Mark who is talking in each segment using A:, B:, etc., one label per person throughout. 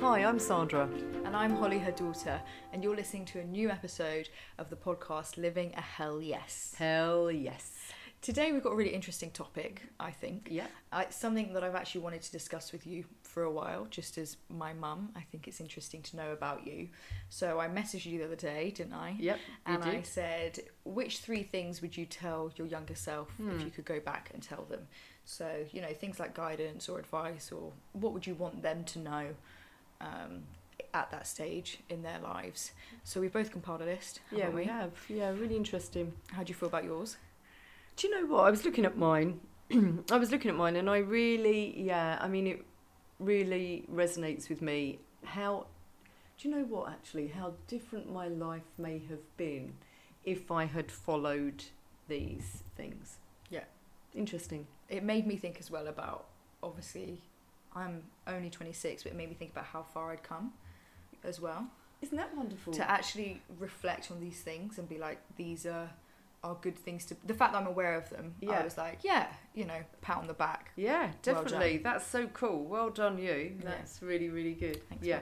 A: Hi, I'm Sandra.
B: And I'm Holly, her daughter, and you're listening to a new episode of the podcast Living a Hell Yes.
A: Hell yes.
B: Today we've got a really interesting topic, I think.
A: Yeah.
B: Uh, It's something that I've actually wanted to discuss with you for a while, just as my mum. I think it's interesting to know about you. So I messaged you the other day, didn't I?
A: Yep.
B: And
A: you
B: I
A: did.
B: said, which three things would you tell your younger self
A: Hmm.
B: if you could go back and tell them? So, you know, things like guidance or advice, or what would you want them to know um, at that stage in their lives? So, we both compiled a list.
A: yeah,
B: haven't
A: we have. Yeah, really interesting.
B: How do you feel about yours?
A: Do you know what? I was looking at mine. I was looking at mine and I really, yeah, I mean, it really resonates with me how, do you know what actually, how different my life may have been if I had followed these things.
B: Yeah.
A: Interesting.
B: It made me think as well about obviously, I'm only 26, but it made me think about how far I'd come as well.
A: Isn't that wonderful?
B: to actually reflect on these things and be like these are are good things to the fact that I'm aware of them
A: Yeah.
B: I was like yeah you know pat on the back
A: yeah,
B: Well done.
A: definitely. That's so cool. Well done, you.
B: Yeah.
A: That's really, really good.
B: thanks
A: yeah.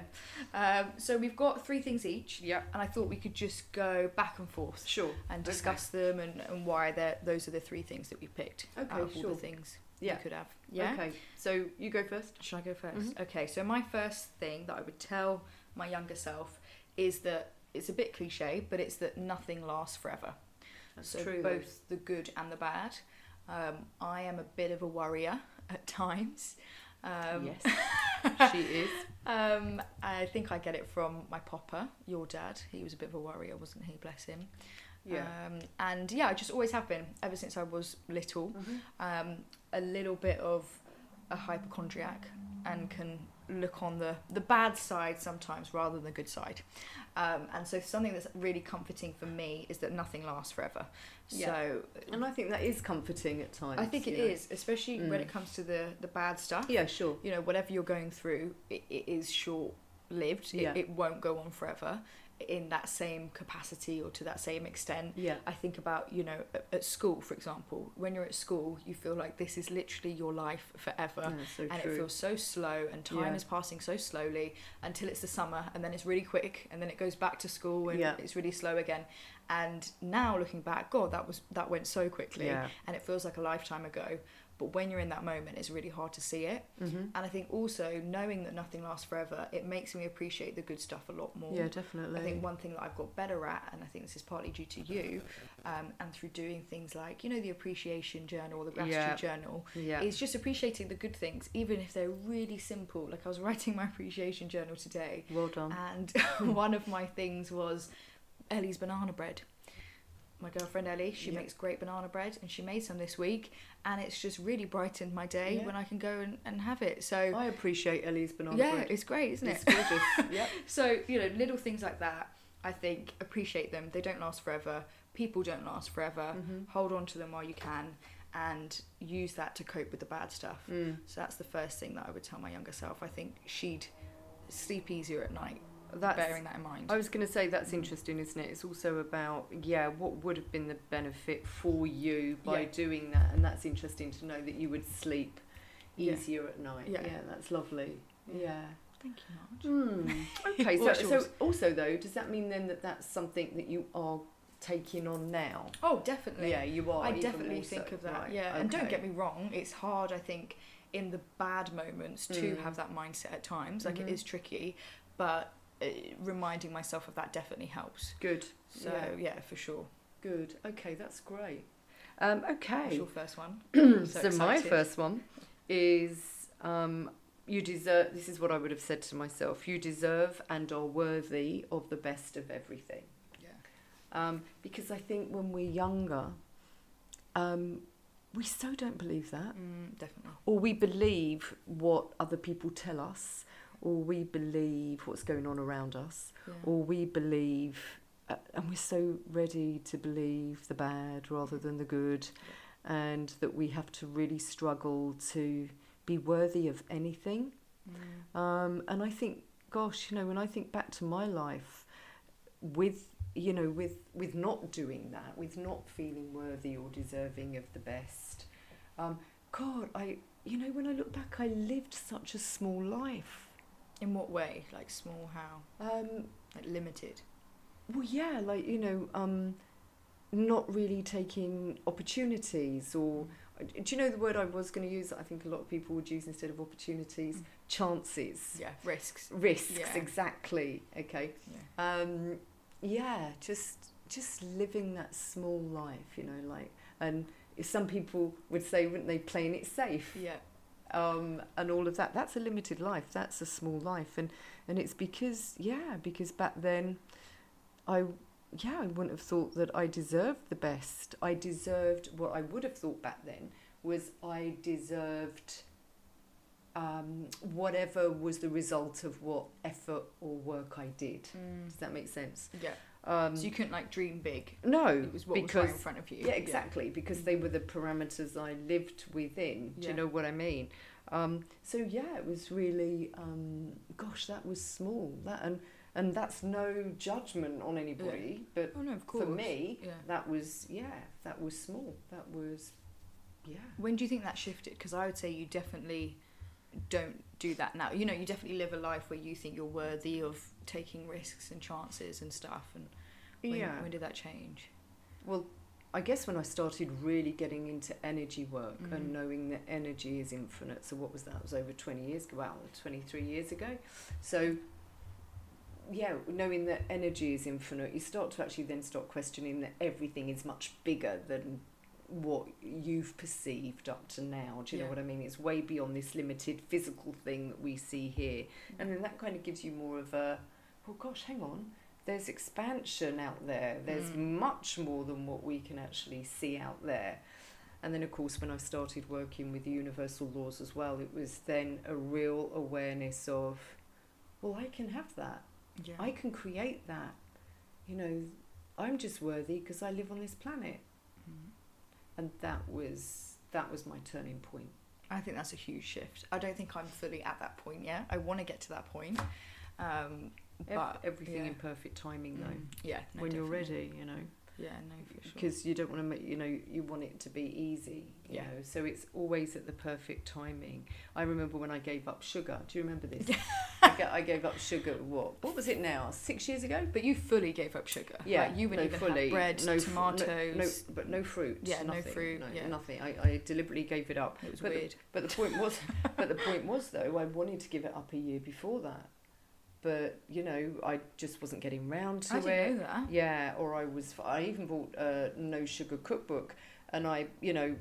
B: Mum. um, so we've got three things each
A: Yeah.
B: and I thought we could just go back and forth
A: Sure.
B: and
A: Okay.
B: discuss them and, and why they're those are the three things that we picked
A: Okay,
B: out of all
A: sure.
B: the things
A: Yeah.
B: you could have yeah
A: Okay. Mm-hmm. So you go first.
B: should I go 1st okay so my first thing that I would tell my younger self is that it's a bit cliche but it's that nothing lasts forever so both the good and the bad. Um, I am a bit of a worrier at times. Um,
A: yes. she is.
B: um, I think I get it from my popper, your dad. He was a bit of a worrier, wasn't he? Bless him.
A: Yeah.
B: Um, and yeah, I just always have been ever since I was little. Um, a little bit of a hypochondriac and can look on the the bad side sometimes rather than the good side. Um, and so something that's really comforting for me is that nothing lasts forever.
A: Yeah.
B: So
A: And I think that is comforting at times.
B: I think it
A: you
B: is,
A: know.
B: especially when
A: Mm.
B: it comes to the the bad stuff.
A: Yeah, sure.
B: You know, whatever you're going through, it, it is short lived.
A: Yeah.
B: It, it won't go on forever in that same capacity or to that same extent.
A: Yeah.
B: I think about, you know, at, at school, for example, when you're at school, you feel like this is literally your life forever.
A: Yeah, so
B: And
A: true.
B: it feels so slow, and time
A: Yeah.
B: is passing so slowly until it's the summer, and then it's really quick, and then it goes back to school, and
A: Yeah.
B: it's really slow again. And now looking back, God, that was that went so quickly
A: yeah.
B: and it feels like a lifetime ago. But when you're in that moment, it's really hard to see it.
A: Mm-hmm.
B: And I think also knowing that nothing lasts forever, it makes me appreciate the good stuff a lot more.
A: Yeah,
B: I
A: definitely.
B: think one thing that I've got better at, and I think this is partly due to you, um, and through doing things like, you know, the appreciation journal or the gratitude
A: Yeah.
B: journal,
A: yeah.
B: is just appreciating the good things, even if they're really simple. Like I was writing my appreciation journal today,
A: well done.
B: and one of my things was Ellie's banana bread. My girlfriend Ellie, she
A: Yeah.
B: makes great banana bread, and she made some this week, and it's just really brightened my day
A: Yeah.
B: when I can go and, and have it. So
A: I appreciate Ellie's banana
B: yeah,
A: bread.
B: it's great, isn't
A: It's
B: it?
A: gorgeous. yeah.
B: so you know, little things like that. I think appreciate them. They don't last forever. People don't last forever.
A: Mhm.
B: Hold on to them while you can, and use that to cope with the bad stuff.
A: Mm.
B: So that's the first thing that I would tell my younger self. I think she'd sleep easier at night,
A: That's
B: bearing that in mind.
A: I was going to say that's interesting, isn't it? It's also about yeah, what would have been the benefit for you by
B: Yeah.
A: doing that, and that's interesting to know that you would sleep
B: Yeah.
A: easier at night.
B: Yeah.
A: that's lovely. Yeah.
B: Thank you, Marge.
A: Mm. Okay, so,
B: Hmm. What's
A: so
B: yours?
A: also though, does that mean then that that's something that you are taking on now?
B: Oh, definitely.
A: Yeah, you are.
B: I
A: even
B: definitely
A: more so.
B: think of that.
A: Right,
B: Yeah, and don't
A: okay.
B: get me wrong, it's hard, I think, in the bad moments to
A: Mm.
B: have that mindset at times. Like, it
A: Mhm.
B: is tricky, but uh, reminding myself of that definitely helps.
A: Good.
B: So,
A: Yeah.
B: yeah, for sure.
A: Good. Okay, that's great. Um,
B: What's
A: okay.
B: your first one?
A: so
B: So
A: my
B: excited.
A: first one is um, you deserve. This is what I would have said to myself: you deserve and are worthy of the best of everything.
B: Yeah.
A: Um, because I think when we're younger, um, we so don't believe that,
B: Mm, definitely.
A: or we believe what other people tell us, or we believe what's going on around us
B: Yeah.
A: or we believe, uh, and we're so ready to believe the bad rather than the good, and that we have to really struggle to be worthy of anything.
B: Mm.
A: Um, and I think, gosh, you know, when I think back to my life, with you know, with with not doing that, with not feeling worthy or deserving of the best, um, God, I you know, when I look back, I lived such a small life.
B: In what way? Like small how?
A: Um,
B: Like limited?
A: well, yeah, like you know, um, not really taking opportunities, or uh, do you know the word I was going to use that I think a lot of people would use instead of opportunities?
B: Mm.
A: Chances,
B: Yeah, risks.
A: risks,
B: Yeah.
A: exactly. Okay.
B: Yeah.
A: um, yeah, just just living that small life, you know, like and if some people would say, wouldn't they, playing it safe
B: Yeah.
A: um, and all of that. That's a limited life. That's a small life, and and it's because yeah, because back then, I yeah, I wouldn't have thought that I deserved the best. I deserved what I would have thought back then was I deserved. Um, whatever was the result of what effort or work I did. Does that make sense?
B: mm, Yeah.
A: Um,
B: So you couldn't like dream big.
A: no,
B: It was what was
A: because
B: right in front of you.
A: yeah, exactly, because they were the parameters I lived within. Do
B: Yeah.
A: you know what I mean? Um, so yeah, it was really, um, gosh, that was small. That and and that's no judgment on anybody, but
B: Oh no, of course.
A: for me,
B: Yeah.
A: that was yeah, that was small. That was yeah.
B: When do you think that shifted? Because I would say you definitely don't do that now. You know, you definitely live a life where you think you're worthy of taking risks and chances and stuff. And when,
A: yeah.
B: when did that change?
A: Well, I guess when I started really getting into energy work
B: Mhm.
A: and knowing that energy is infinite, so what was that? It was over 20 years ago, well, 23 years ago. So, yeah, knowing that energy is infinite, you start to actually then start questioning that everything is much bigger than what you've perceived up to now. Do you
B: Yeah.
A: know what I mean? It's way beyond this limited physical thing that we see here. And then that kind of gives you more of a, well, gosh, hang on. There's expansion out there. There's
B: Mm.
A: much more than what we can actually see out there. And then, of course, when I started working with the universal laws as well, it was then a real awareness of, well, I can have that.
B: Yeah.
A: I can create that. You know, I'm just worthy because I live on this planet.
B: Mm.
A: And that was that was my turning point.
B: I think that's a huge shift. I don't think I'm fully at that point yet. I want to get to that point. Um,
A: Ev-
B: but
A: everything
B: yeah.
A: in perfect timing, though.
B: mm, yeah, no,
A: when you're
B: definitely.
A: ready, you know.
B: Yeah, no, for sure.
A: because you don't want to make you know you want it to be easy you
B: Yeah.
A: know so it's always at the perfect timing i remember when i gave up sugar do you remember this I, ga- I gave up sugar what what was it now six years ago
B: But you fully gave up sugar.
A: yeah
B: Like, you would
A: no,
B: even
A: fully.
B: have bread,
A: no, fr- no- no-
B: tomatoes.
A: but no fruit
B: Yeah, no
A: nothing,
B: fruit,
A: no,
B: yeah.
A: nothing I, I deliberately gave it up
B: It was
A: but the-
B: weird.
A: but the point was but the point was though i wanted to give it up a year before that but you know i just wasn't getting round to
B: I
A: it
B: didn't know that.
A: yeah, or I was. I even bought a no sugar cookbook, and I, you know,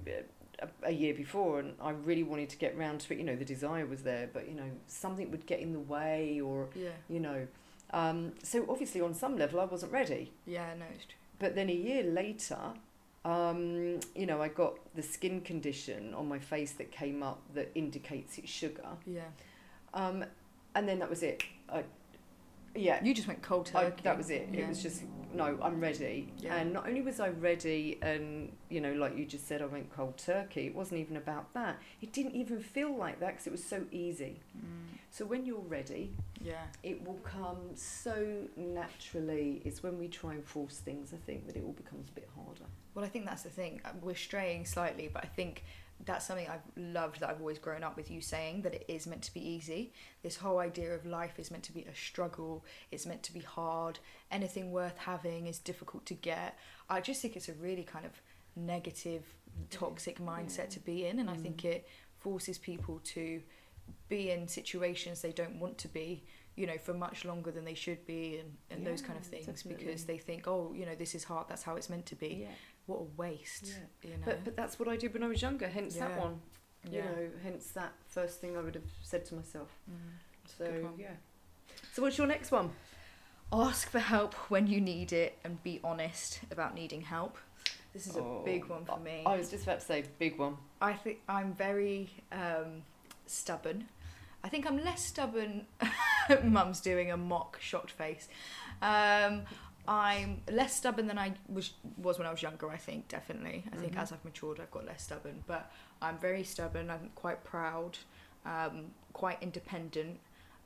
A: a, a year before, and I really wanted to get round to it. You know, the desire was there, but you know, something would get in the way, or
B: Yeah,
A: you know, um, so obviously on some level I wasn't ready.
B: yeah, no, it's true.
A: But then a year later, um, you know, I got the skin condition on my face that came up that indicates it's sugar,
B: Yeah,
A: um, and then that was it. I, yeah,
B: you just went cold
A: I-
B: turkey.
A: that was it.
B: Yeah.
A: It was just no, I'm ready.
B: Yeah.
A: And not only was I ready, and you know, like you just said, I went cold turkey. It wasn't even about that. It didn't even feel like that because it was so easy.
B: Mm,
A: So when you're ready,
B: yeah,
A: it will come so naturally. It's when we try and force things, I think, that it all becomes a bit harder.
B: well, I think that's the thing. Uh, We're straying slightly, but I think that's something I've loved that I've always grown up with you saying that it is meant to be easy. This whole idea of life is meant to be a struggle, it's meant to be hard, anything worth having is difficult to get. I just think it's a really kind of negative, toxic mindset to be in, and I think
A: Mm.
B: it forces people to be in situations they don't want to be you know for much longer than they should be and, and those
A: Yeah,
B: kind of things because
A: definitely.
B: they think oh you know this is hard that's how it's meant to be what a waste you know
A: But, but that's what I did when I was younger. Hence
B: Yeah.
A: that one.
B: yeah
A: You know, hence that first thing I would have said to myself.
B: Mm.
A: So
B: Good one.
A: yeah. So what's your next one?
B: ask for help when you need it and be honest about needing help this is
A: Oh,
B: a big one for me
A: I was just about to say big one.
B: I think I'm very um, stubborn. I think I'm less stubborn. Mum's doing a mock shocked face. Um, I'm less stubborn than I was was when I was younger. I think definitely. I think
A: Mhm.
B: as I've matured, I've got less stubborn. But I'm very stubborn. I'm quite proud. Um, quite independent,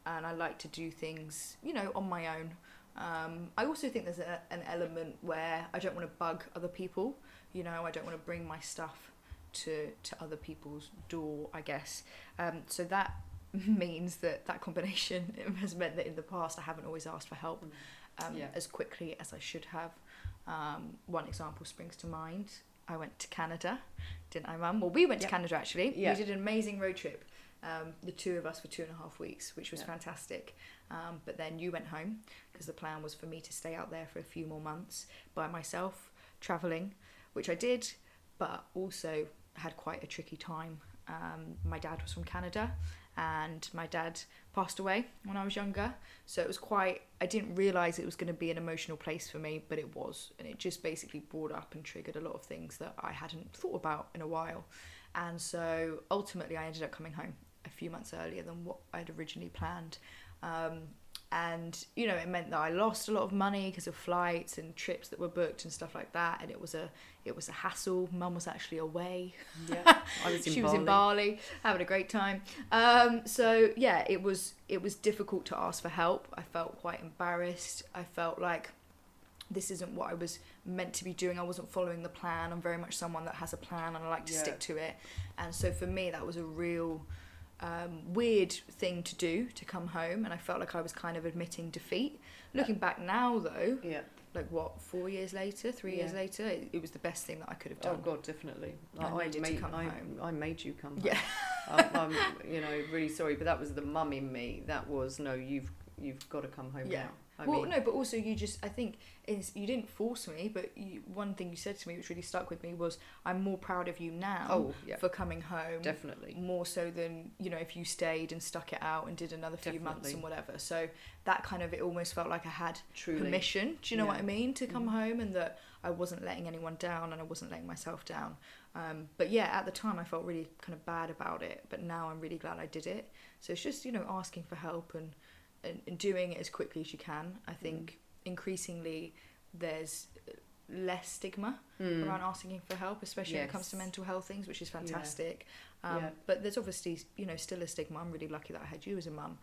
B: and I like to do things, you know, on my own. Um, I also think there's a, an element where I don't want to bug other people. You know, I don't want to bring my stuff to to other people's door, I guess. Um, so that means that that combination has meant that in the past I haven't always asked for help um,
A: Yeah.
B: as quickly as I should have. Um, one example springs to mind. I went to Canada, didn't I, Mum? Well, we went
A: Yeah.
B: to Canada actually.
A: Yeah.
B: We did an amazing road trip, um, the two of us for two and a half weeks, which was
A: Yeah.
B: fantastic. Um, but then you went home because the plan was for me to stay out there for a few more months by myself, travelling, which I did, but also had quite a tricky time. Um, my dad was from Canada, and my dad passed away when I was younger. So it was quite, I didn't realise it was going to be an emotional place for me, but it was. And it just basically brought up and triggered a lot of things that I hadn't thought about in a while. And so ultimately, I ended up coming home a few months earlier than what I'd originally planned. Um, and, you know, it meant that I lost a lot of money because of flights and trips that were booked and stuff like that. And it was a, it was a hassle. Mum was actually away
A: Yeah, I was in
B: she was
A: Bali.
B: in Bali, having a great time. Um, so yeah, it was it was difficult to ask for help. I felt quite embarrassed. I felt like this isn't what I was meant to be doing. I wasn't following the plan. I'm very much someone that has a plan and I like to
A: Yeah.
B: stick to it. And so for me, that was a real um, weird thing to do to come home, and I felt like I was kind of admitting defeat. Looking back now, though,
A: Yeah.
B: like what four years later, three years
A: Yeah.
B: later, it, it was the best thing that I could have
A: Oh
B: done.
A: God, definitely.
B: I needed to
A: made,
B: come
A: I,
B: home.
A: I made you come home.
B: Yeah.
A: I'm, I'm, you know, really sorry, but that was the mum in me. That was no, you've you've got to come home
B: Yeah.
A: now. I
B: well,
A: mean,
B: no, but also you just, I think, is you didn't force me, but you, one thing you said to me which really stuck with me was, I'm more proud of you now
A: oh yeah,
B: for coming home,
A: definitely.
B: more so than, you know, if you stayed and stuck it out and did another few months
A: Definitely.
B: and whatever. So that kind of, it almost felt like I had
A: Truly.
B: permission, do you know what I
A: Yeah.
B: mean, to come
A: Mhm.
B: home and that I wasn't letting anyone down and I wasn't letting myself down. Um, but yeah, at the time I felt really kind of bad about it, but now I'm really glad I did it. So it's just, you know, asking for help and, and, and doing it as quickly as you can.
A: Mm.
B: I think increasingly there's less stigma
A: Mm.
B: around asking for help, especially when it comes to
A: Yes.
B: mental health things, which is
A: Yeah.
B: fantastic. Um,
A: Yeah.
B: But there's obviously, you know, still a stigma. I'm really lucky that I had you as a mum.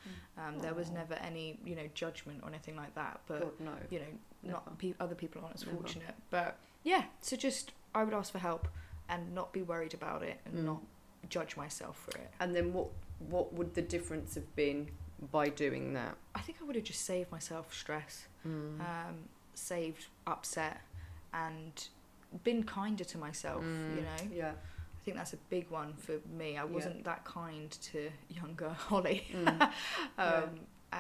B: Um, there was
A: Mm. Aw.
B: never any, you know, judgment or anything like that. But
A: God no.
B: you know,
A: Never.
B: not pe- other people aren't as
A: Never.
B: fortunate. But yeah, so just I would ask for help and not be worried about it and
A: Mm.
B: not judge myself for it.
A: And then what what would the difference have been by doing that? Mm.
B: I think I would have just saved myself stress, um, saved upset, and been kinder to myself.
A: Mm.
B: You know,
A: Yeah.
B: I think that's a big one for me. I
A: Yeah.
B: wasn't that kind to younger Holly,
A: Mm.
B: um,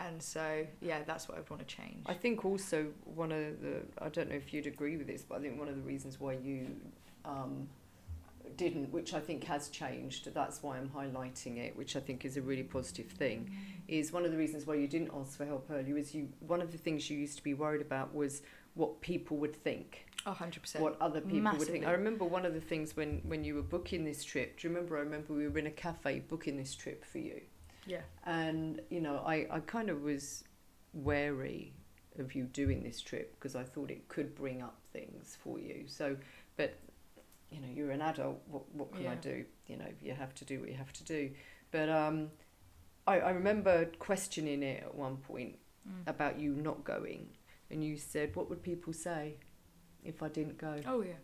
B: and so yeah, that's what I'd want to change.
A: I think also one of the I don't know if you'd agree with this, but I think one of the reasons why you um, didn't, which I think has changed, that's why I'm highlighting it, which I think is a really positive thing, is one of the reasons why you didn't ask for help earlier is you one of the things you used to be worried about was what people would think,
B: A hundred percent.
A: what other people would think.
B: massively.
A: I remember one of the things when when you were booking this trip. Do you remember? I remember we were in a cafe booking this trip for you
B: Yeah.
A: and you know I, I kind of was wary of you doing this trip because I thought it could bring up things for you so but you know you're an adult what, what can I
B: Yeah.
A: do you know you have to do what you have to do but um I, I remember questioning it at one point
B: Mm.
A: about you not going and you said what would people say if I didn't go
B: Oh yeah,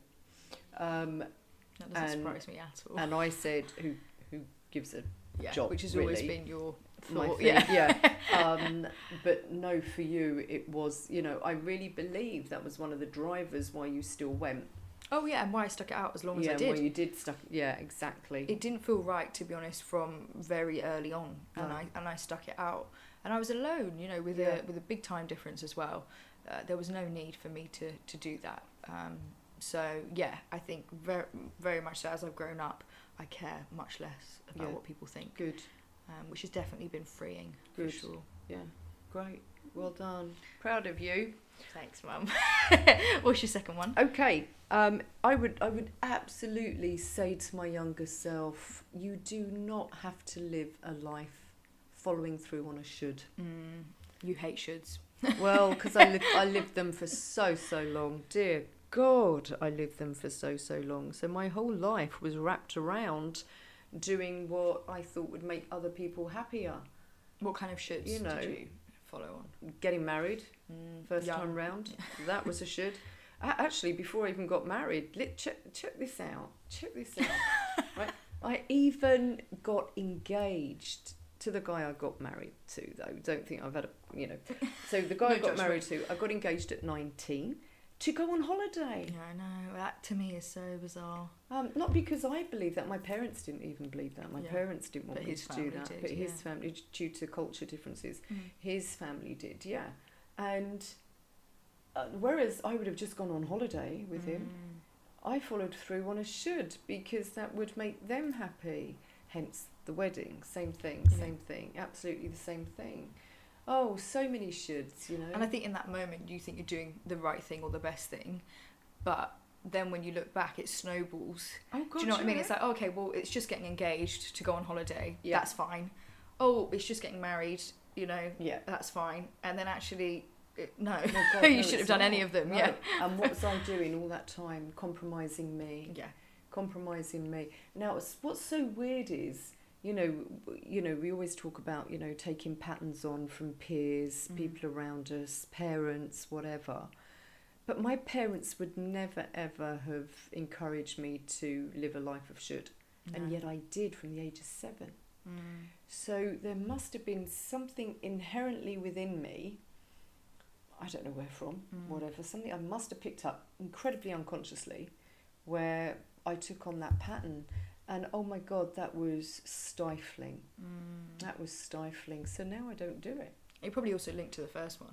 A: um,
B: that doesn't
A: And-
B: surprise me at all.
A: and I said who who gives a
B: yeah,
A: job,
B: which has always
A: really.
B: been your
A: my
B: thought.
A: thing,
B: Yeah,
A: yeah. Um, but no, for you, it was, you know, I really believe that was one of the drivers why you still went.
B: Oh yeah, and why I stuck it out as long
A: yeah,
B: as I
A: and
B: did.
A: why you did stuff. Yeah, exactly.
B: It didn't feel right to be honest from very early on, and
A: No.
B: I and I stuck it out, and I was alone, you know, with
A: Yeah.
B: a with a big time difference as well. Uh, there was no need for me to to do that. Um, so yeah, I think very very much so. As I've grown up, I care much less about
A: Yeah.
B: what people think,
A: Good,
B: um, which has definitely been freeing
A: Good.
B: for sure.
A: yeah, great. Well done. Proud of you.
B: Thanks, mum. What's your second one?
A: Okay, um, I would, I would absolutely say to my younger self, you do not have to live a life following through on a should.
B: Mm, you hate shoulds.
A: Well, because I lived, I lived them for so so long. Dear God, I lived them for so so long. So my whole life was wrapped around doing what I thought would make other people happier.
B: What kind of shoulds
A: You know.
B: did you follow
A: Getting married
B: on? Mm,
A: first
B: young.
A: time round, that was a should. A- Actually, before I even got married, let, check check this out. Check this out. right, I even got engaged to to the guy I got married to, though. Don't think I've had a, you know. So the guy
B: No
A: I got married to, I got engaged at 19 to go on holiday.
B: Yeah, I know. That to me is so bizarre.
A: Um, not because I believe that. My parents didn't even believe that. My
B: Yeah.
A: parents didn't want
B: But
A: me
B: his
A: to do
B: family
A: that.
B: did,
A: but his
B: yeah.
A: family, due to culture differences, his family did, yeah. And uh, whereas I would have just gone on holiday with him,
B: Mm.
A: I followed through on a should because that would make them happy. Hence the wedding. Same thing,
B: Yeah.
A: same thing. Absolutely the same thing. Oh, so many shoulds, you know.
B: And I think in that moment you think you're doing the right thing or the best thing, but then when you look back, it snowballs.
A: oh, God,
B: Do you know what I mean?
A: yeah.
B: It's like okay, well, it's just getting engaged to go on holiday.
A: Yeah.
B: That's fine. Oh, it's just getting married. You know,
A: yeah.
B: that's fine. And then actually, it, no,
A: Oh, God,
B: you
A: no,
B: should have
A: it's
B: done
A: not.
B: any of them.
A: No.
B: Yeah,
A: and what was I doing all that time? Compromising me.
B: yeah.
A: compromising me. Now, it's- what's so weird is, you know, w- you know, we always talk about, you know, taking patterns on from peers,
B: Mm.
A: people around us, parents, whatever. But my parents would never ever have encouraged me to live a life of should, and
B: No.
A: yet I did from the age of seven.
B: Mm.
A: So there must have been something inherently within me. I don't know where from,
B: Mm.
A: whatever. Something I must have picked up incredibly unconsciously, where I took on that pattern, and oh my god, that was stifling.
B: Mm.
A: That was stifling. So now I don't do it.
B: It probably also linked to the first one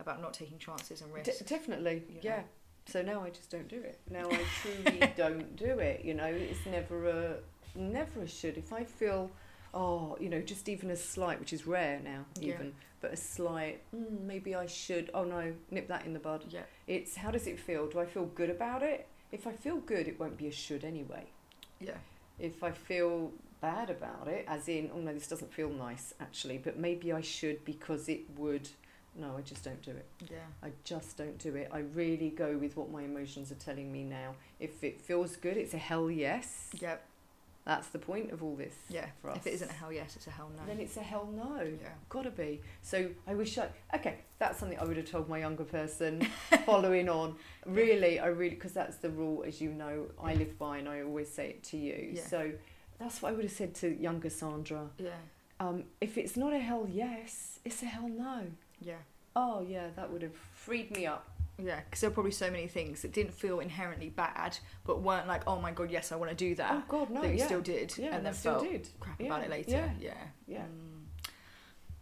B: about not taking chances and
A: De-
B: risks.
A: definitely,
B: Yeah.
A: yeah. So now I just don't do it. Now I truly don't do it. You know, it's never a never a should. If I feel, oh, you know, just even a slight, which is rare now,
B: Yeah.
A: even, but a slight, mm, maybe I should. Oh no, nip that in the bud.
B: yeah,
A: It's how does it feel? Do I feel good about it? If I feel good, it won't be a should anyway.
B: yeah.
A: If I feel bad about it, as in, oh no, this doesn't feel nice actually, but maybe I should because it would. No, I just don't do it.
B: Yeah.
A: I just don't do it. I really go with what my emotions are telling me now. If it feels good, it's a hell yes.
B: Yeah.
A: That's the point of all this.
B: Yeah.
A: For us.
B: If it isn't a hell yes, it's a hell no.
A: then it's a hell no.
B: yeah.
A: Gotta be. So I wish I. Okay, that's something I would have told my younger person following on. Really, I really. Because that's the rule, as you know, I live by and I always say it to you.
B: Yeah.
A: So that's what I would have said to younger Sandra.
B: Yeah.
A: Um, if it's not a hell yes, it's a hell no.
B: Yeah.
A: Oh, yeah, that would have freed me up.
B: Yeah, because there were probably so many things that didn't feel inherently bad, but weren't like, oh my god, yes, I want to do that.
A: oh, God, no.
B: that you
A: yeah.
B: still did,
A: Yeah,
B: and
A: I
B: then
A: still
B: felt
A: did.
B: crap
A: Yeah,
B: about it later.
A: yeah,
B: yeah.
A: yeah.
B: Mm.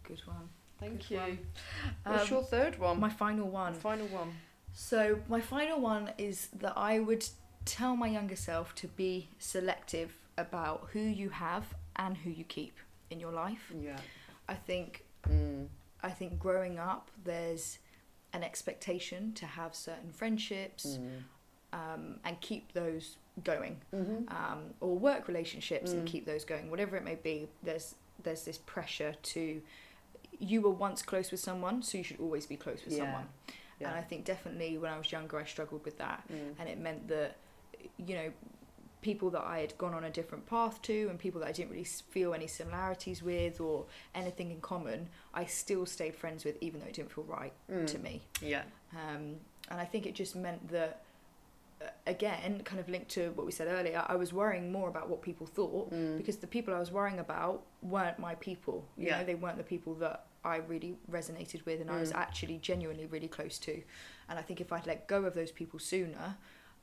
B: Good one.
A: Thank
B: Good
A: you.
B: one.
A: What's
B: Um,
A: your third one?
B: My final one.
A: final one.
B: So my final one is that I would tell my younger self to be selective about who you have and who you keep in your life.
A: Yeah.
B: I think
A: Mm.
B: I think growing up there's an expectation to have certain friendships
A: Mm.
B: um, and keep those going,
A: hmm
B: um, or work relationships and
A: Mm.
B: keep those going, whatever it may be. There's there's this pressure to you were once close with someone, so you should always be close with
A: Yeah.
B: someone.
A: Yeah.
B: And I think definitely when I was younger, I struggled with that
A: Mm.
B: and it meant that you know people that I had gone on a different path to and people that I didn't really s- feel any similarities with or anything in common I still stayed friends with even though it didn't feel right
A: Mm.
B: to me
A: Yeah.
B: um, and I think it just meant that uh, again kind of linked to what we said earlier I was worrying more about what people thought
A: Mm.
B: because the people I was worrying about weren't my people you
A: Yeah.
B: know they weren't the people that I really resonated with and I was
A: Mm.
B: actually genuinely really close to and I think if I'd let go of those people sooner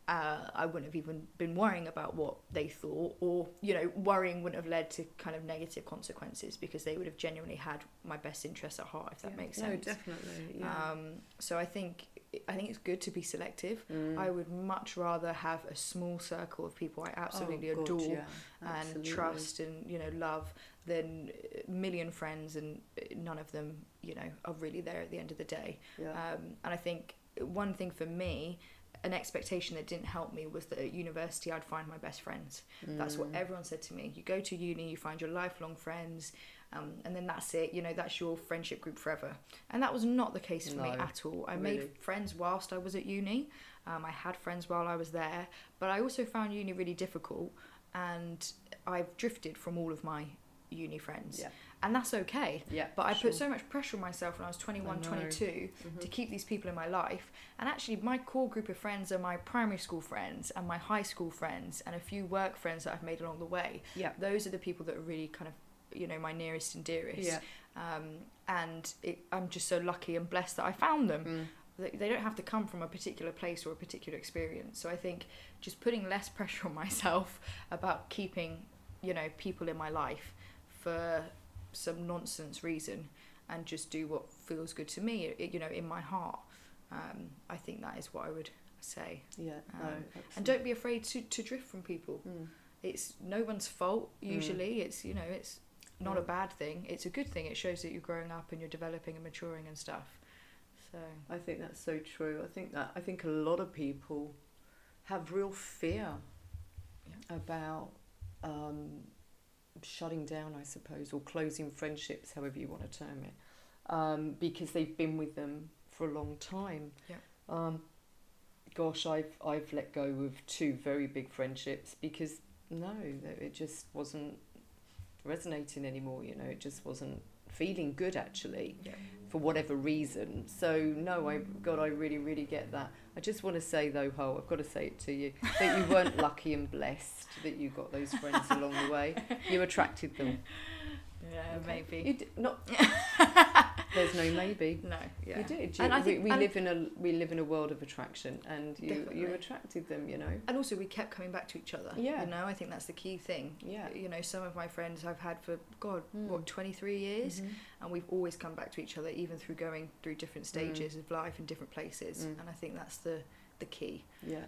B: uh, I wouldn't have even been worrying about what they thought or you know worrying wouldn't have led to kind of negative consequences because they would have genuinely had my best interests at heart if that
A: Yeah.
B: makes
A: No,
B: sense
A: definitely. Yeah.
B: um, so I think I think it's good to be selective
A: Mm.
B: I would much rather have a small circle of people I absolutely
A: Oh, God,
B: adore
A: yeah.
B: and
A: Absolutely.
B: trust and you know love than a million friends and none of them you know are really there at the end of the day.
A: Yeah.
B: Um, and I think one thing for me, an expectation that didn't help me was that at university I'd find my best friends. That's what
A: Mm.
B: everyone said to me. You go to uni, you find your lifelong friends, um, and then that's it. You know, that's your friendship group forever. And that was not the case for me
A: No,
B: at all. I
A: really.
B: made friends whilst I was at uni. Um, I had friends while I was there, but I also found uni really difficult, and I've drifted from all of my uni friends,
A: Yeah.
B: and that's okay.
A: Yeah.
B: But I
A: sure. Mm-hmm.
B: put so much pressure on myself when I was 21,
A: I know.
B: 22 to keep these people in my life. And actually, my core group of friends are my primary school friends and my high school friends and a few work friends that I've made along the way.
A: Yeah.
B: Those are the people that are really kind of you know my nearest and dearest
A: Yeah.
B: um, and it, i'm just so lucky and blessed that i found them
A: Mm.
B: they they don't have to come from a particular place or a particular experience. So I think just putting less pressure on myself about keeping, you know, people in my life for some nonsense reason and just do what feels good to me, i- you know, in my heart. Um, I think that is what I would say.
A: Yeah. No.
B: Um, And don't be afraid to, to drift from people.
A: Mm.
B: It's no one's fault
A: Mm.
B: usually. It's, you know, it's not a
A: Yeah.
B: bad thing. It's a good thing. It shows that you're growing up and you're developing and maturing and stuff. So,
A: I think that's so true. I think that I think a lot of people have real fear about um, shutting down, I suppose, or closing friendships, however you want to term it, um, because they've been with them for a long time.
B: Yeah.
A: Um, gosh, I've I've let go of two very big friendships because no, that- it just wasn't resonating anymore. You know, it just wasn't feeling good actually
B: yeah.
A: for whatever reason. So no, I God, I really, really get that. I just want to say though, Ho, I've got to say it to you that you weren't lucky and blessed that you got those friends along the way. You attracted them.
B: Yeah,
A: Okay? You
B: Uh, maybe.
A: d- not. there's no maybe.
B: No, yeah.
A: You did. You,
B: And I
A: we
B: think-
A: we
B: and-
A: live in a we live in a world of attraction, and you you
B: Definitely.
A: attracted them. You know.
B: And also, we kept coming back to each other.
A: Yeah.
B: You know, I think that's the key thing.
A: Yeah.
B: You know, some of my friends I've had for, God,
A: Mm.
B: what, 23 years?
A: Mm-hmm.
B: And we've always come back to each other, even through going through different stages of life and different places.
A: Mm.
B: And I think that's the, the key.
A: Yeah.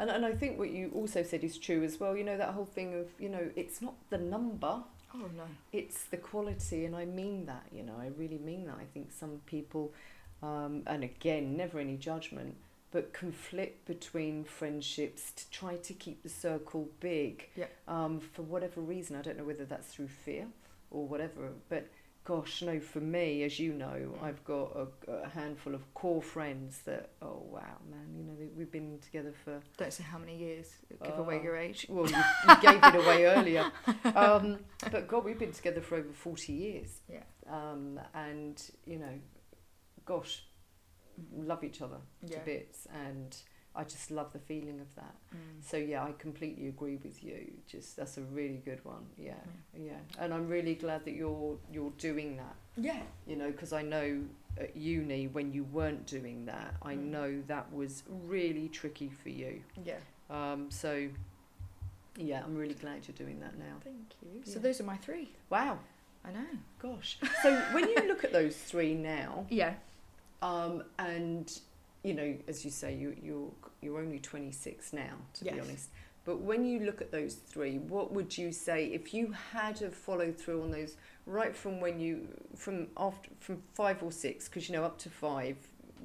A: And, and I think what you also said is true as well. You know, that whole thing of, you know, it's not the number,
B: Oh, no.
A: it's the quality, and I mean that, you know, I really mean that. I think some people, um, and again, never any judgment, but conflict between friendships to try to keep the circle big
B: Yep.
A: um, for whatever reason. I don't know whether that's through fear or whatever, but gosh, no, for me, as you know,
B: Mm.
A: I've got a, a handful of core friends that, oh wow, man, you know, they, we've been together for
B: Don't say how many years. Give away
A: Oh.
B: your age.
A: well, you, you gave it away earlier. Um, but God, we've been together for over 40 years.
B: Yeah.
A: Um, and, you know, gosh, love each other
B: Yeah.
A: to bits. And I just love the feeling of that.
B: Mm.
A: So, yeah, I completely agree with you. Just that's a really good one. Yeah.
B: Mm.
A: Yeah. And I'm really glad that you're you're doing that,
B: Yeah.
A: you know, because I know at uni when you weren't doing that, I
B: Mm.
A: know that was really tricky for you.
B: Yeah.
A: Um, so, yeah, I'm really glad you're doing that now.
B: Thank you. So,
A: Yeah.
B: those are my three.
A: Wow,
B: I know.
A: gosh. So, when you look at those three now,
B: Yeah.
A: um, and you know, as you say, you, you're you're only 26 now, to be
B: Yes.
A: honest. But when you look at those three, what would you say if you had have followed through on those right from when you from after from five or six? Because you know, up to five,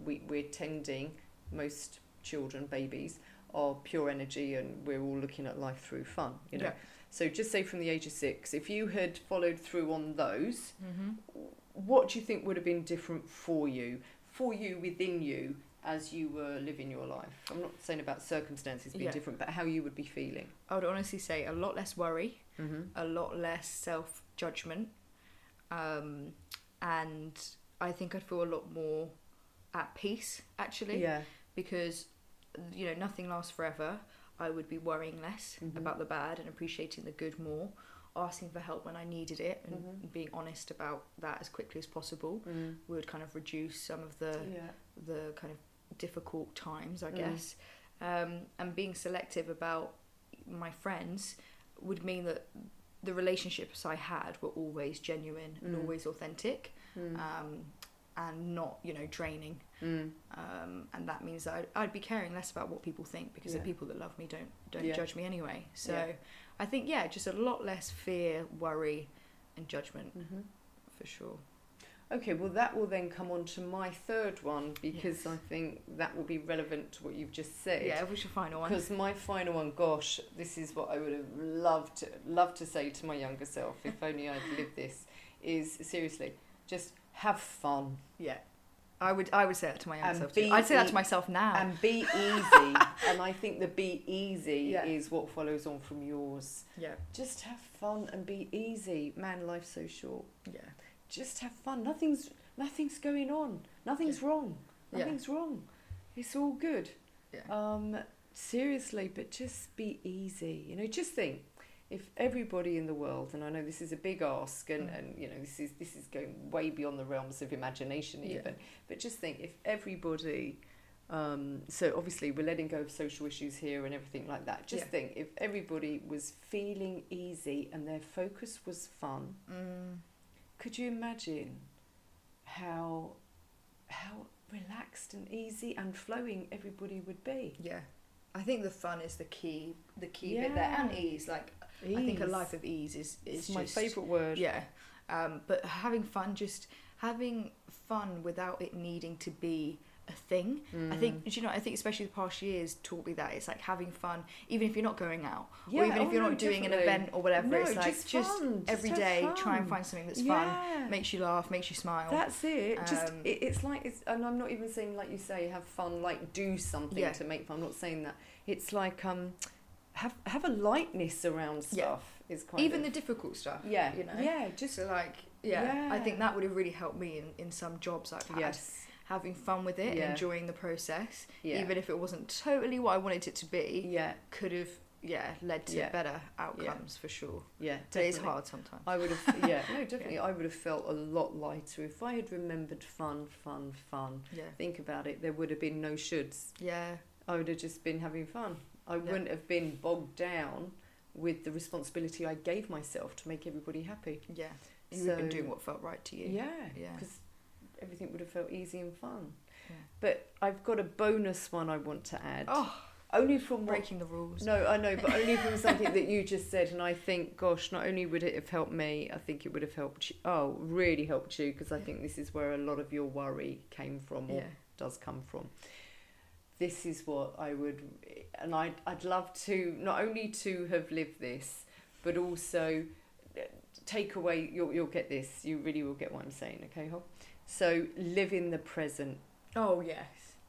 A: we, we're tending most children, babies, are pure energy, and we're all looking at life through fun. You know,
B: Yeah.
A: so just say from the age of six, if you had followed through on those,
B: Mm-hmm.
A: what do you think would have been different for you, for you within you, as you were living your life? I'm not saying about circumstances being
B: Yeah.
A: different, but how you would be feeling.
B: I would honestly say a lot less worry.
A: Mm-hmm.
B: a lot less self judgment. Um, and I think I'd feel a lot more at peace actually
A: Yeah,
B: because you know nothing lasts forever. I would be worrying less
A: Mhm.
B: about the bad and appreciating the good more, asking for help when I needed it and
A: Mhm.
B: being honest about that as quickly as possible
A: mm.
B: would kind of reduce some of the
A: yeah,
B: the kind of difficult times, I
A: Mm.
B: guess, um, and being selective about my friends would mean that the relationships I had were always genuine and
A: Mm.
B: always authentic,
A: mm.
B: um, and not you know draining.
A: mm.
B: Um, and that means that I'd, I'd be caring less about what people think because
A: Yeah.
B: the people that love me don't don't
A: Yeah.
B: judge me anyway. So
A: Yeah.
B: I think yeah, just a lot less fear, worry, and judgment
A: Mhm.
B: for sure.
A: Okay, well, that will then come on to my third one because
B: Yes.
A: I think that will be relevant to what you've just said.
B: Yeah, what's your final one?
A: Because my final one, gosh, this is what I would have loved to, loved to say to my younger self, if only I'd lived this, is seriously, just have fun.
B: Yeah. I would I would say that to my younger
A: And
B: self
A: Um, be
B: too. I'd say that
A: the- um,
B: to myself now.
A: and be easy. and I think the be easy
B: Yeah.
A: is what follows on from yours.
B: yeah.
A: Just have fun and be easy. Man, life's so short.
B: Yeah.
A: Just have fun. Nothing's nothing's going on. Nothing's wrong.
B: Yeah.
A: Nothing's wrong. It's all good.
B: Yeah.
A: Um, seriously, but just be easy. You know, just think if everybody in the world, and I know this is a big ask, and,
B: Mm.
A: and you know this is this is going way beyond the realms of imagination
B: Yeah.
A: even, but just think if everybody. Um, so obviously we're letting go of social issues here and everything like that. Just
B: Yeah.
A: think if everybody was feeling easy and their focus was fun,
B: Mm.
A: could you imagine how how relaxed and easy and flowing everybody would be?
B: Yeah. I think the fun is the key, the key bit there, and
A: Yeah.
B: ease. Like I think a
A: Ease.
B: life of ease is is
A: It's my
B: just-
A: favourite word.
B: Yeah, um, but having fun, just having fun without it needing to be a thing. I
A: Mm.
B: think do you know. I think especially the past years taught me that it's like having fun, even if you're not going out, or even
A: Yeah,
B: if you're
A: oh
B: not
A: no,
B: doing
A: definitely.
B: an event or whatever.
A: No,
B: it's like
A: just fun, just
B: every
A: have
B: day, try
A: fun.
B: and find something that's fun,
A: Yeah.
B: makes you laugh, makes you smile.
A: That's it. Just
B: Um,
A: it, it's like it's, and I'm not even saying like you say have fun, like do something
B: Yeah.
A: to make fun. I'm not saying that. It's like um, have have a lightness around
B: Yeah.
A: stuff is quite
B: even
A: of,
B: the difficult stuff.
A: yeah
B: you know.
A: yeah just
B: So like yeah, I
A: Yeah.
B: think that would have really helped me in, in some jobs I've had.
A: yes
B: Having fun with it
A: Yeah.
B: and enjoying the process,
A: yeah
B: even if it wasn't totally what I wanted it to be,
A: yeah
B: could have yeah led to
A: Yeah.
B: better outcomes for sure.
A: yeah.
B: So it is
A: definitely.
B: hard sometimes.
A: I would have, yeah, no, definitely. I would have felt a lot lighter if I had remembered fun, fun, fun.
B: Yeah,
A: Think about it, there would have been no shoulds.
B: yeah,
A: I would have just been having fun. I
B: Yeah.
A: wouldn't have been bogged down with the responsibility I gave myself to make everybody happy.
B: yeah. You've been
A: So-
B: doing what felt right to you.
A: Yeah,
B: Yeah.
A: because everything would have felt easy and fun.
B: Yeah.
A: But I've got a bonus one I want to add.
B: Oh,
A: only from what
B: breaking the rules.
A: no, I know, but only from something that you just said, and I think, gosh, not only would it have helped me, I think it would have helped you. Oh, really helped you, because I
B: Yeah.
A: think this is where a lot of your worry came from, or
B: Yeah.
A: does come from. This is what I would, and I'd, I'd love to not only to have lived this, but also uh, take away, you'll, you'll get this, you really will get what I'm saying, okay, Hol? So live in the present.
B: Oh yes.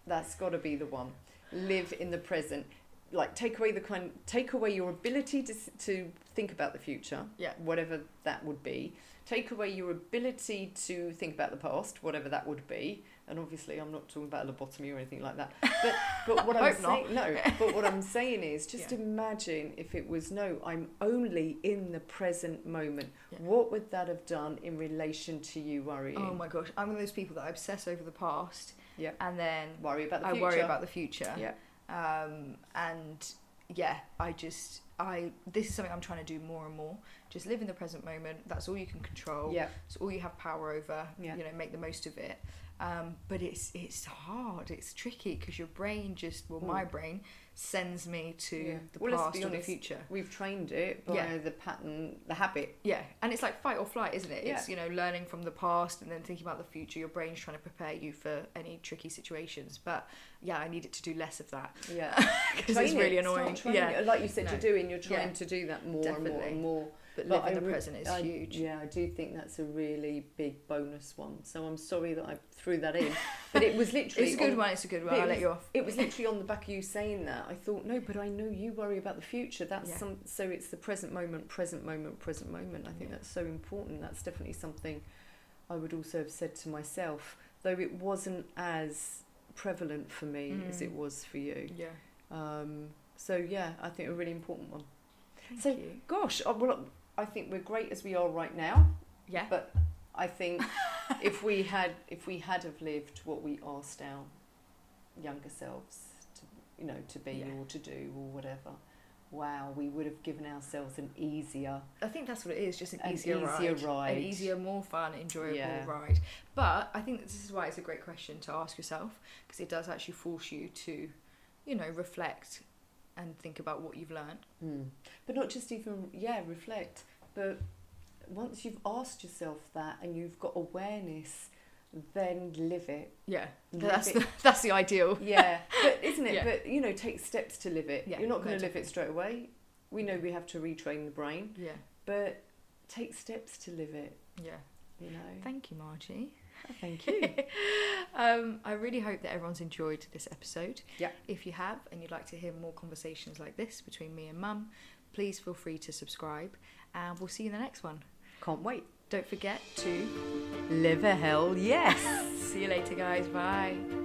A: That's got to be the one. Live in the present. Like take away the kind, take away your ability to s- to think about the future.
B: Yeah.
A: Whatever that would be. Take away your ability to think about the past, whatever that would be. And obviously, I'm not talking about a lobotomy or anything like that. But but what I'm
B: Hope not.
A: saying, no. But what I'm saying is, just
B: Yeah.
A: imagine if it was no. I'm only in the present moment.
B: Yeah.
A: What would that have done in relation to you worrying?
B: Oh my gosh, I'm one of those people that obsess over the past.
A: Yeah.
B: And then
A: Worry about the
B: I
A: future.
B: worry about the future.
A: Yeah.
B: Um, and yeah, I just I this is something I'm trying to do more and more. Just live in the present moment. That's all you can control.
A: yeah.
B: It's all you have power over.
A: Yeah.
B: You know, make the most of it. Um, but it's it's hard. It's tricky because your brain just well, my
A: Mm.
B: brain sends me to
A: Yeah.
B: the
A: Well, let's
B: past
A: be
B: or the
A: honest.
B: future.
A: We've trained it by
B: Yeah.
A: the pattern, the habit.
B: Yeah, and it's like fight or flight, isn't it?
A: Yeah.
B: It's you know learning from the past and then thinking about the future. Your brain's trying to prepare you for any tricky situations. But yeah, I needed to do less of that
A: Yeah,
B: because it's really annoying. Yeah,
A: like you said,
B: No.
A: you're doing. You're trying
B: Yeah.
A: to do that more and more
B: Definitely.
A: and more.
B: but
A: But
B: living
A: I
B: the
A: re-
B: present is
A: I-
B: huge.
A: Yeah, I do think that's a really big bonus one. So I'm sorry that I threw that in, but it was literally.
B: It's a good
A: on-
B: one. It's a good one.
A: but it
B: I'll let
A: was-
B: you off.
A: It was literally on the back of you saying that. I thought, no, but I know you worry about the future. That's
B: Yeah.
A: some, so it's the present moment, present moment, present moment. I think
B: Yeah.
A: that's so important. That's definitely something I would also have said to myself, though it wasn't as prevalent for me as
B: Mm.
A: it was for you.
B: Yeah.
A: Um, so yeah, I think a really important one.
B: Thank
A: So-
B: you.
A: Gosh, I, well, I think we're great as we are right now.
B: Yeah.
A: But I think if we had if we had have lived what we asked our younger selves to you know to be
B: Yeah.
A: or to do or whatever, wow, we would have given ourselves an easier
B: I think that's what it is, just an,
A: An
B: easier,
A: easier
B: ride,
A: ride.
B: An easier, more fun, enjoyable
A: Yeah.
B: ride. But I think that this is why it's a great question to ask yourself because it does actually force you to, you know, reflect and think about what you've learned.
A: Mm. But not just even, yeah, reflect. But once you've asked yourself that and you've got awareness, then live it.
B: Yeah.
A: Live
B: That's
A: it.
B: the, that's the ideal.
A: yeah, but isn't it?
B: Yeah.
A: But you know, take steps to live it.
B: Yeah,
A: You're not
B: no,
A: going to live
B: definitely.
A: it straight away. We know we have to retrain the brain,
B: Yeah.
A: but take steps to live it.
B: Yeah.
A: You know.
B: Thank you, Margie.
A: Oh, Thank you.
B: um, I really hope that everyone's enjoyed this episode.
A: Yeah.
B: If you have and you'd like to hear more conversations like this between me and Mum, please feel free to subscribe and we'll see you in the next one.
A: Can't wait.
B: Don't forget to
A: Live a hell yes.
B: see you later, guys. Bye.